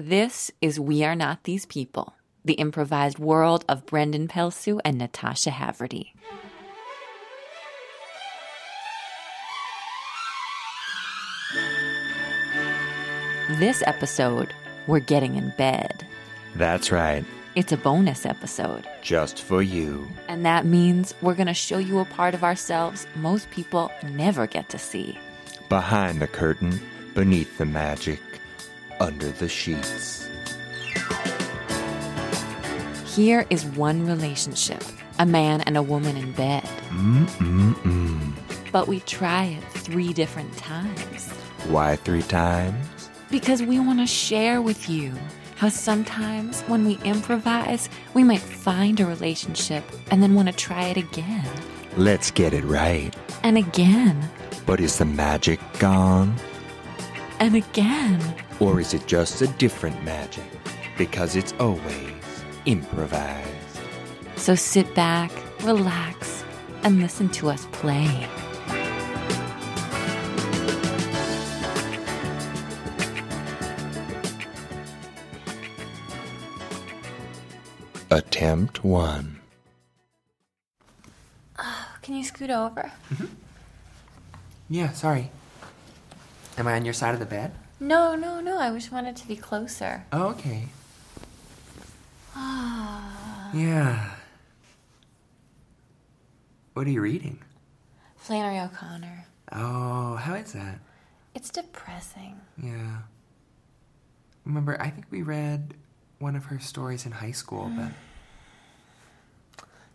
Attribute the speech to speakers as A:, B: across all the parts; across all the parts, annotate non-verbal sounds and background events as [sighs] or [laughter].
A: This is We Are Not These People, the improvised world of Brendan Pelsu and Natasha Haverty. This episode, we're getting in bed.
B: That's right,
A: It's a bonus episode,
B: just for you.
A: and that means we're going to show you a part of ourselves most people never get to see.
B: Behind the curtain, beneath the magic, under the sheets.
A: Here is one relationship a man and a woman in bed.
B: Mm-mm-mm.
A: But we try it three different times
B: Why three times?
A: because we want to share with you how sometimes when we improvise, we might find a relationship and then want to try it again
B: Let's get it right.
A: and again
B: But is the magic gone?
A: and again.
B: Or is it just a different magic? Because it's always improvised.
A: So sit back, relax, and listen to us play.
B: Attempt one.
A: Can you scoot over?
C: Yeah, sorry. Am I on your side of the bed?
A: No, no, no. I just wanted to be closer.
C: Oh, okay. yeah. What are you reading?
A: Flannery O'Connor.
C: Oh, how is that?
A: It's depressing.
C: Yeah. Remember, I think we read one of her stories in high school, but.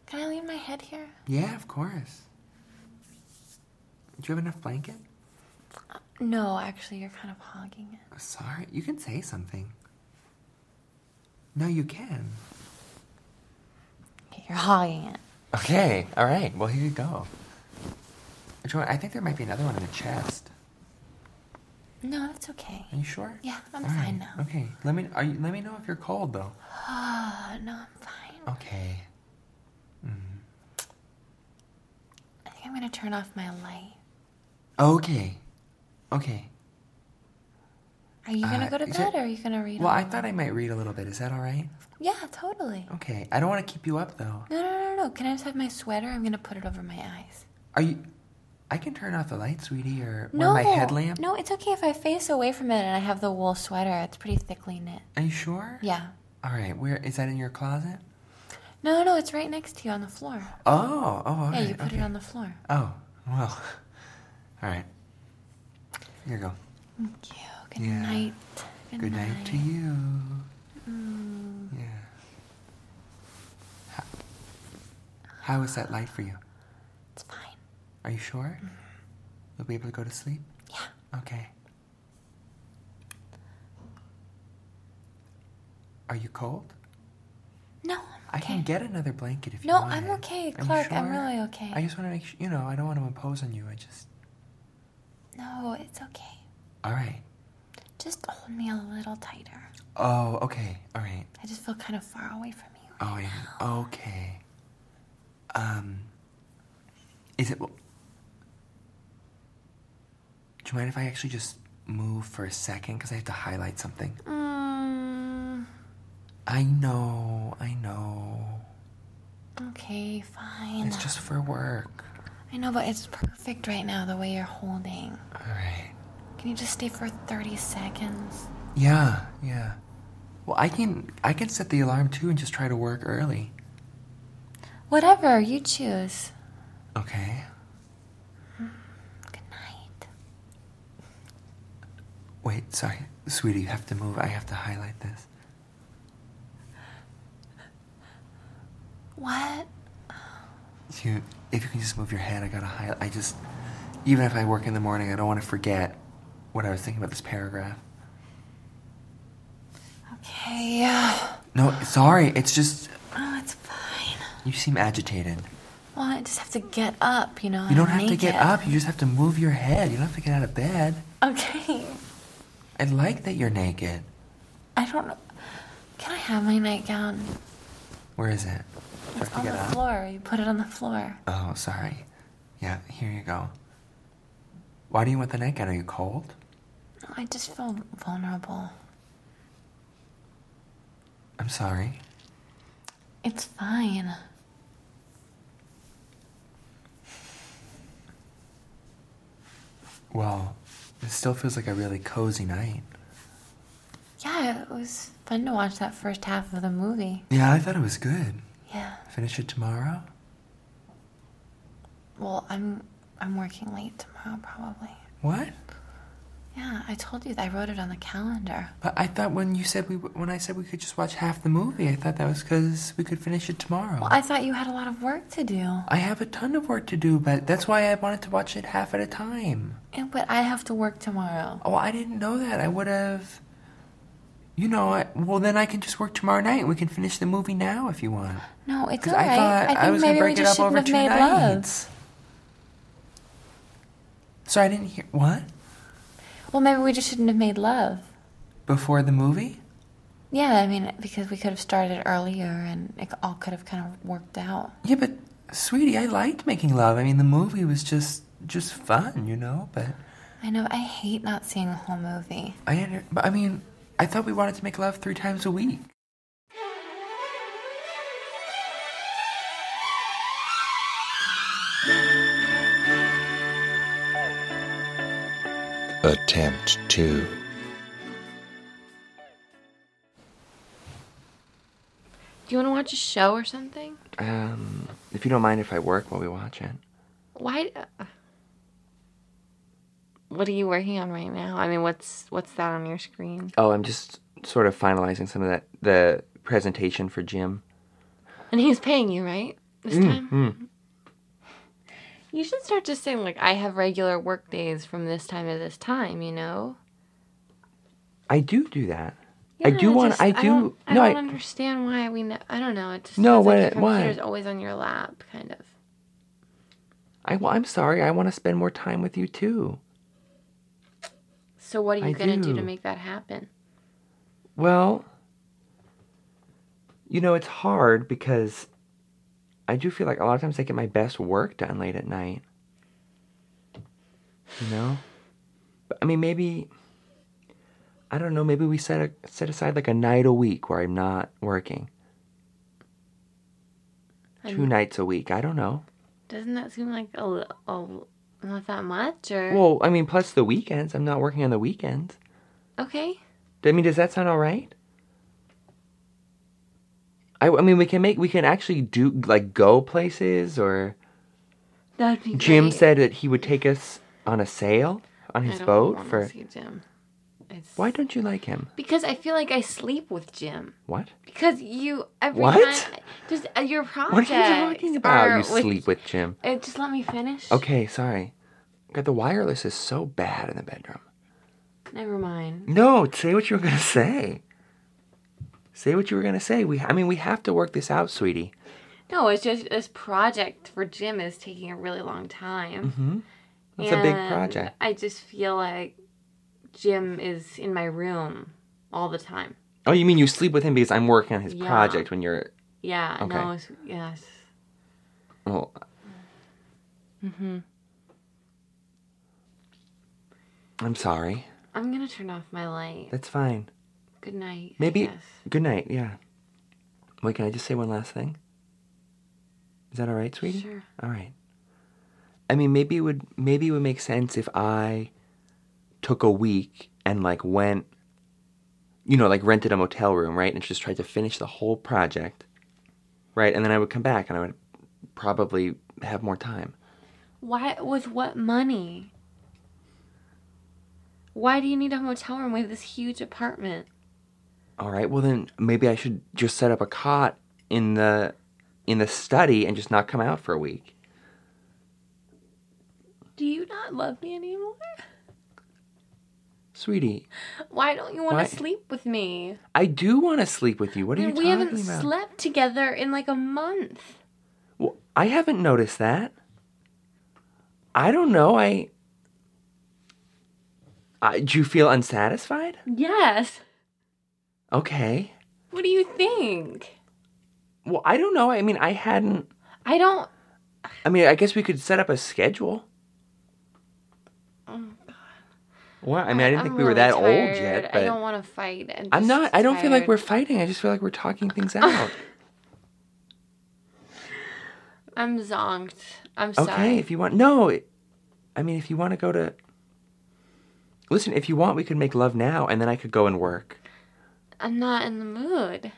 A: Can I leave my head here?
C: Yeah, of course. Do you have enough blanket?
A: No, actually, you're kind of hogging it.
C: Oh, Sorry, you can say something. No, you can.
A: Okay, you're hogging it.
C: Okay, all right. Well, here you go. Which one? I think there might be another one in the chest.
A: No, that's okay.
C: Are you sure?
A: Yeah, I'm
C: All
A: fine
C: right,
A: now.
C: Okay. Let me. Are you, let me know if you're cold though.
A: Uh, no, I'm fine.
C: Okay.
A: I think I'm gonna turn off my light.
C: Okay. Okay.
A: Are you gonna
C: Uh,
A: go to
C: is
A: bed
C: it-
A: or are you gonna read?
C: Well,
A: all
C: I
A: night?
C: thought I might read a little bit. Is that all right?
A: Yeah, totally.
C: Okay. I don't want to keep you up though.
A: No, no, no, no, no. Can I just have my sweater? I'm gonna put it over my eyes.
C: Are you? I can turn off the light, sweetie, or
A: No,
C: wear my headlamp.
A: No, it's okay if I face away from it and I have the wool sweater. It's pretty thickly knit.
C: Are you sure?
A: Yeah.
C: All right. Where is that in your closet?
A: No, no, it's right next to you on the floor.
C: Oh. Oh. all
A: yeah, you
C: right,
A: put
C: okay.
A: it on the floor.
C: Oh. Well. [laughs] All right. Here you go.
A: Thank you. Good
C: Yeah.
A: night.
C: Good night Mm. to you. Yeah. How, how is that light for you?
A: It's fine.
C: Are you sure? You'll be able to go to sleep? Mm-hmm. Yeah. Okay. Are you cold?
A: No, I'm
C: I
A: okay.
C: can get another blanket if
A: No,
C: you want.
A: I'm
C: it.
A: okay,
C: Are you
A: Clark, I'm
C: sure?
A: really okay.
C: I just want to make sure, you know, I don't want to impose on you. I just.
A: No, it's okay.
C: All right.
A: Just hold me a little tighter.
C: Oh, okay. All right.
A: I just feel kind of far away from you.
C: Oh, yeah. Okay. Um, is it? Do you mind if I actually just move for a second? Because I have to highlight something.
A: Mm,
C: I know, I know.
A: okay, fine.
C: It's just for work.
A: I know, but it's perfect right now the way you're holding.
C: All right.
A: Can you just stay for 30 seconds?
C: Yeah, yeah. Well, I can I can set the alarm too and just try to work early.
A: Whatever, you choose.
C: Okay.
A: Good night.
C: Wait, sorry, sweetie. You have to move. I have to highlight this.
A: What?
C: You, if you can just move your head, I gotta hide. I just, even if I work in the morning, I don't want to forget what I was thinking about this paragraph.
A: Okay, [sighs] yeah.
C: No, sorry. It's just
A: Oh, it's fine.
C: you seem agitated.
A: Well, I just have to get up, you know.
C: You don't
A: and
C: have to
A: make
C: get
A: it.
C: up. You just have to move your head. You don't have to get out of bed.
A: Okay.
C: I like that you're naked.
A: I don't know. Can I have my nightgown?
C: Where is it? Do I have
A: It's
C: to
A: on
C: get
A: the
C: up?
A: floor. You put it on the floor.
C: Oh, sorry. Yeah, here you go. Why do you want the nightgown? Are you cold?
A: I just feel vulnerable.
C: I'm sorry.
A: It's fine.
C: Well, it still feels like a really cozy night.
A: Yeah, it was fun to watch that first half of the movie.
C: Yeah, I thought it was good.
A: Yeah.
C: Finish it tomorrow?
A: Well, I'm I'm working late tomorrow probably.
C: What?
A: Yeah, I told you that I wrote it on the calendar.
C: But I thought when you said we when I said we could just watch half the movie, I thought that was because we could finish it tomorrow.
A: Well, I thought you had a lot of work to do.
C: I have a ton of work to do, but that's why I wanted to watch it half at a time.
A: Yeah, but I have to work tomorrow.
C: Oh, I didn't know that. I would have. You know, I, well then I can just work tomorrow night. We can finish the movie now if you want.
A: No, it's
C: 'Cause
A: all right.
C: I thought I, was gonna
A: maybe
C: break
A: we
C: it
A: just
C: up over
A: shouldn't
C: two
A: have made
C: nights. Sorry, I didn't hear what
A: love. Well, maybe we just shouldn't have made love.
C: before the movie.
A: Yeah, I mean, because we could have started earlier and it all could have kind of worked out.
C: Yeah, but sweetie, I liked making love. I mean, the movie was just just fun, you know. But
A: I know, I hate not seeing a whole movie.
C: I under, but I mean, I thought we wanted to make love three times a week.
B: Attempt 2.
D: Do you want to watch a show or something?
C: Um, if you don't mind if I work while we watch it.
D: Why? Uh, what are you working on right now? I mean, what's what's that on your screen?
C: Oh, I'm just sort of finalizing some of that the presentation for Jim.
D: And he's paying you, right? This
C: Mm,
D: time. You should start just saying like, I have regular work days from this time to this time. You know.
C: I do do that. I
D: Yeah,
C: do want.
D: just-
C: I do.
D: don't- I
C: no,
D: don't,
C: I.
D: understand why we. Ne- I don't know. It just
C: No,
D: feels like
C: what-
D: your
C: why?
D: computer's always on your lap, kind of.
C: I well, I'm sorry. I want to spend more time with you too.
D: So what are you
C: I
D: gonna do.
C: do.
D: to make that happen?
C: Well, you know, it's hard because I do feel like a lot of times I get my best work done late at night. You know? But I mean, maybe I don't know, maybe we set a, set aside like a night a week where I'm not working. Two
D: I'm-
C: nights a week. I don't know.
D: Doesn't that seem like a, li- a l- not that much or
C: Well, I mean, plus the weekends. I'm not working on the weekends.
D: okay?
C: I mean, does that sound all right? I, I mean, we can make we can actually do like go places or
D: That'd be
C: Jim
D: great.
C: said that he would take us on a sail on
D: I
C: his
D: don't
C: boat
D: wanna
C: for.
D: see Jim. It's-
C: Why don't you like him?
D: Because I feel like I sleep with Jim.
C: What?
D: Because you every
C: What?
D: time just uh, your
C: What
D: project.
C: are you talking about? You sleep with Jim.
D: Uh, just let me finish.
C: Okay, sorry. God, the wireless is so bad in the bedroom.
D: Never mind.
C: No, say what you were gonna say. Say what you were gonna say. We, I mean, we have to work this out, sweetie.
D: No, it's just this project for Jim is taking a really long time.
C: Mm-hmm. It's a big
D: And
C: project.
D: I just feel like Jim is in my room all the time.
C: Oh, you mean you sleep with him because I'm working on his
D: Yeah.
C: project when you're
D: Yeah.
C: Okay.
D: No. It's, yes.
C: Well,
D: Mm-hmm.
C: I'm sorry.
D: I'm gonna turn off my light.
C: That's fine.
D: Good night. I
C: Maybe-
D: guess.
C: Good night. Yeah. Wait, can I just say one last thing? Is that all right, sweetie?
D: Sure.
C: All right. I mean, maybe it would maybe it would make sense if I took a week and like went, you know, like rented a motel room, right, and just tried to finish the whole project, right, and then I would come back and I would probably have more time.
D: Why? With what money? Why do you need a motel room? We have this huge apartment.
C: All right. Well, then maybe I should just set up a cot in the in the study and just not come out for a week.
D: Do you not love me anymore?
C: Sweetie,
D: Why don't you want
C: Why-
D: to sleep with me?
C: I do want to sleep with you. What are you
D: we
C: talking
D: haven't
C: about?
D: slept together in like a month.
C: well, I haven't noticed that. I don't know. I. I do you feel unsatisfied?
D: Yes.
C: Okay.
D: What do you think?
C: Well, I don't know. I mean, I hadn't.
D: I don't.
C: I mean, I guess we could set up a schedule.
D: Oh, God.
C: Well, I mean, I didn't
D: I'm
C: think we were
D: really
C: that
D: tired.
C: old yet,
D: I
C: but
D: don't want to fight. I'm,
C: I'm
D: just
C: not. I don't feel like
D: tired.
C: we're fighting. I just feel like we're
D: [laughs]
C: talking
D: Oh,
C: things out.
D: I'm zonked. I'm
C: okay,
D: sorry.
C: if you want, no. it- I mean, if you want to go to. Listen, if you want, we could make love now, and then I could go and work.
D: I'm not in the mood.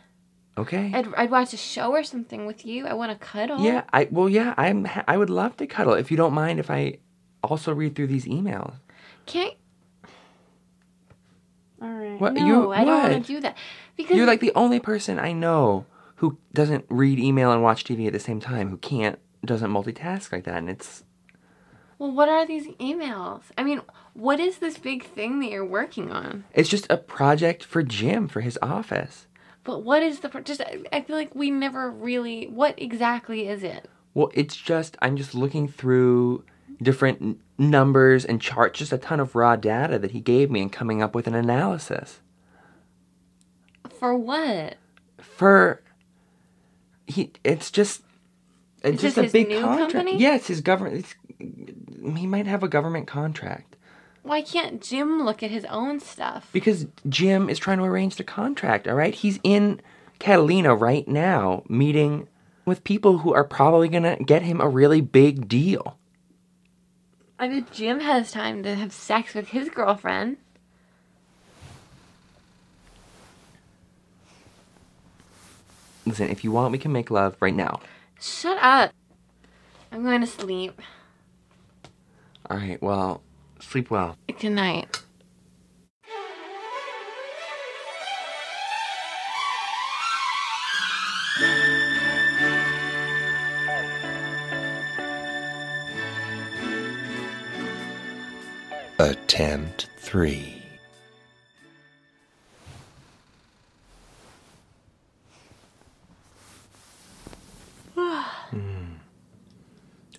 C: Okay.
D: I'd, I'd watch a show or something with you. I want to cuddle.
C: yeah. I well, yeah. I'm. ha- I would love to cuddle if you don't mind. If I also read through these emails.
D: Can't. All right.
C: What-
D: no,
C: you-
D: I don't want
C: what?
D: to do that because
C: You're like the only person I know who doesn't read email and watch TV at the same time. Who can't doesn't multitask like that, and it's
D: Well, what are these emails? I mean, what is this big thing that you're working on?
C: it's just a project for Jim for his office.
D: But what is the pro- just? I- I feel like we never really. What exactly is it?
C: Well, it's just I'm just looking through different n- numbers and charts, just a ton of raw data that he gave me, and coming up with an analysis
D: For what?
C: for he. It's just it's
D: Is
C: just
D: this
C: a
D: his
C: big
D: new
C: contract.
D: company?
C: Yeah, it's his government. It's, he might have a government contract
D: Why can't Jim look at his own stuff?
C: because Jim is trying to arrange the contract. All right, he's in Catalina right now, meeting with people who are probably gonna get him a really big deal.
D: I bet Jim has time to have sex with his girlfriend.
C: Listen, if you want, we can make love right now.
D: Shut up. I'm going to sleep.
C: All right, well, sleep well.
D: Good night.
B: Attempt 3.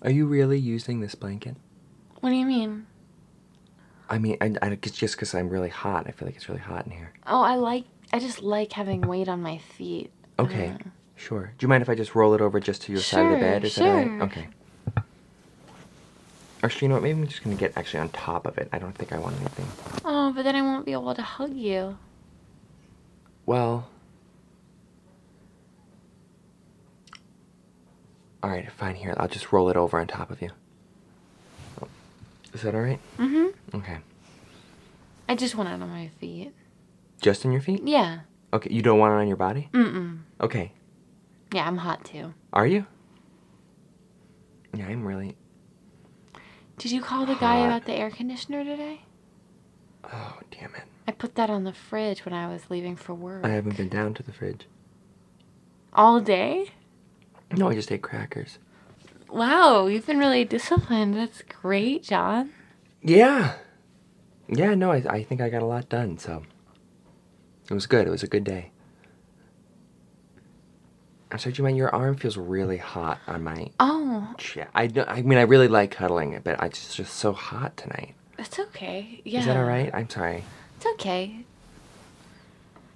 C: Are you really using this blanket?
D: What do you mean?
C: I mean, I, I, it's just because I'm really hot. I feel like it's really hot in here.
D: Oh, I like. I just like having weight on my feet.
C: Okay,
D: Uh,
C: sure. Do you mind if I just roll it over just to your side of the
D: Sure,
C: bed? Is that all right?
D: sure.
C: Okay. Actually, you know what? Maybe I'm just going to get actually on top of it. I don't think I want anything.
D: Oh, but then I won't be able to hug you.
C: Well. All right, fine. Here, I'll just roll it over on top of you. Oh, Is that all right?
D: Mm-hmm.
C: Okay.
D: I just want it on my feet.
C: Just in your feet?
D: Yeah.
C: Okay, you don't want it on your body?
D: Mm-mm.
C: Okay,
D: Yeah, I'm hot too.
C: Are you? Yeah, I'm really.
D: Did you call the guy
C: Hot.
D: about the air conditioner today?
C: Oh, damn it.
D: I put that on the fridge when I was leaving for work.
C: I haven't been down to the fridge.
D: All day?
C: No, I just ate crackers.
D: Wow, you've been really disciplined. That's great, John.
C: Yeah. Yeah, no, I, I think I got a lot done, so. It was good. It was a good day. I'm sorry, do you mind? Your arm feels really hot on my
D: Oh,
C: chest. I, don't- I mean, I really like cuddling it, but I just, it's just so hot tonight.
D: that's okay. Yeah.
C: Is that all right? I'm sorry.
D: It's okay.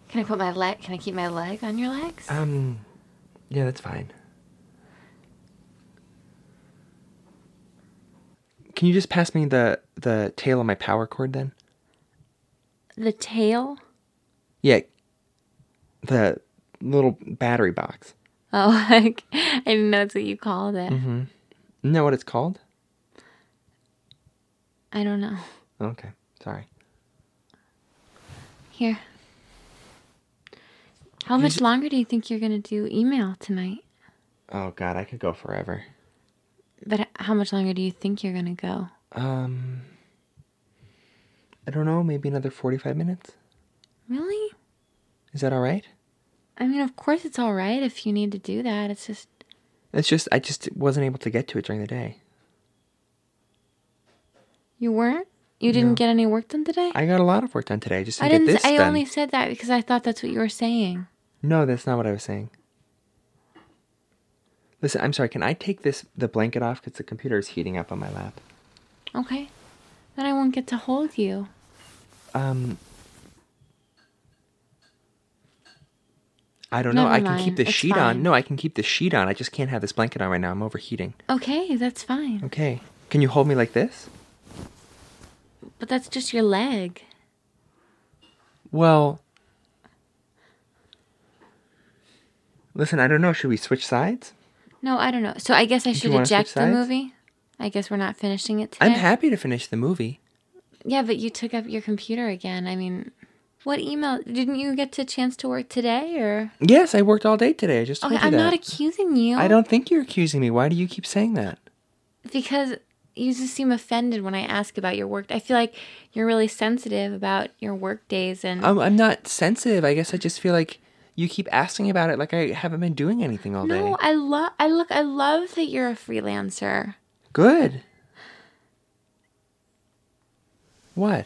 D: Can I put my leg? Can I keep my leg on your legs?
C: Um, yeah, that's fine. Can you just pass me the the tail of my power cord then?
D: the tail? [laughs]
C: Yeah. The little battery box.
D: Oh, like, I didn't know that's what you called it.
C: Mm-hmm. You know what it's called?
D: I don't know.
C: Okay, sorry.
D: Here. How much longer do you think you're going to do email tonight?
C: Oh God, I could go forever.
D: But how much longer do you think you're going to go?
C: Um, I don't know. Maybe another forty-five minutes.
D: Really?
C: Is that all right?
D: I mean, of course it's all right if you need to do that. It's just,
C: It's just I just wasn't able to get to it during the day.
D: you weren't? You didn't get any work done today?
C: I got a lot of work done today. I just didn't,
D: I didn't,
C: get
D: s-
C: this
D: I
C: done.
D: only said that because I thought that's what you were saying.
C: No, that's not what I was saying. Listen, I'm sorry. Can I take this the blanket off because the computer is heating up on my lap?
D: Okay. Then I won't get to hold you.
C: Um, I don't know.
D: Never
C: I can keep
D: mind.
C: the
D: It's
C: sheet on.
D: fine.
C: No, I can keep the sheet on. I just can't have this blanket on right now. I'm overheating.
D: Okay, that's fine.
C: Okay. Can you hold me like this?
D: But that's just your leg.
C: Well, listen, I don't know. Should we switch sides?
D: No, I don't know. So I guess I should
C: wanna
D: eject
C: switch
D: the
C: sides?
D: movie. I guess we're not finishing it today.
C: I'm happy to finish the movie.
D: Yeah, but you took up your computer again. I mean, what email? Didn't you get to chance to work today or?
C: Yes, I worked all day today. I just told
D: Okay,
C: you
D: I'm
C: that.
D: not accusing you.
C: I don't think you're accusing me. Why do you keep saying that?
D: because you just seem offended when I ask about your work. I feel like you're really sensitive about your work days and
C: I'm, I'm not sensitive. I guess I just feel like you keep asking about it like I haven't been doing anything all
D: No,
C: day.
D: I love I look I love that you're a freelancer.
C: Good. What?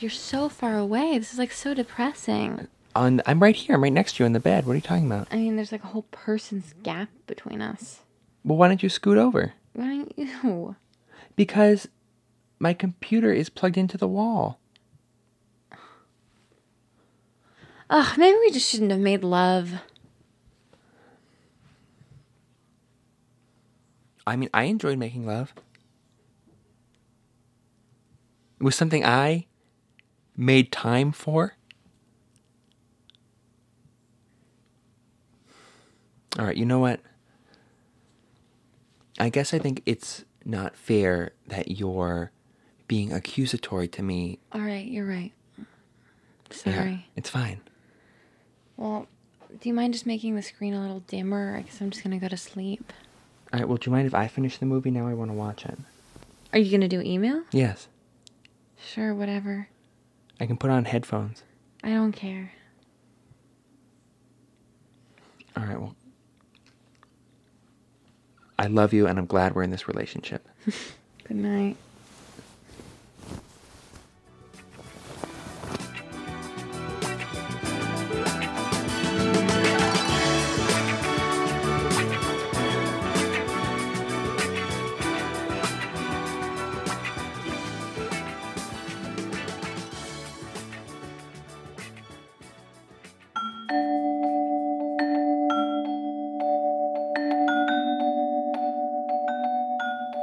D: You're so far away. This is like so depressing.
C: On I'm right here. I'm right next to you on the bed. What are you talking about?
D: I mean, there's like a whole person's gap between us.
C: Well, why don't you scoot over?
D: Why don't you?
C: Because my computer is plugged into the wall.
D: Ugh, maybe we just shouldn't have made love.
C: I mean, I enjoyed making love. It was something I made time for. All right, you know what? I guess I think it's not fair that you're being accusatory to me.
D: All right, you're right.
C: Yeah,
D: Sorry.
C: it's fine.
D: Well, do you mind just making the screen a little dimmer? Because I'm just gonna go to sleep.
C: All right, well, do you mind if I finish the movie? Now I want to watch it.
D: Are you gonna do email?
C: Yes,
D: Sure, whatever.
C: I can put on headphones.
D: I don't care.
C: All right, well. I love you and I'm glad we're in this relationship.
D: Good night.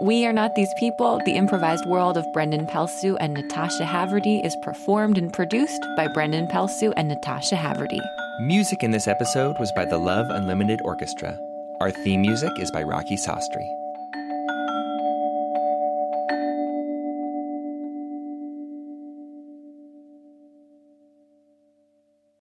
A: We Are Not These People, the improvised world of Brendan Pelsu and Natasha Haverty, is performed and produced by Brendan Pelsu and Natasha Haverty.
B: Music in this episode was by the Love Unlimited Orchestra. Our theme music is by Rocky Sastry.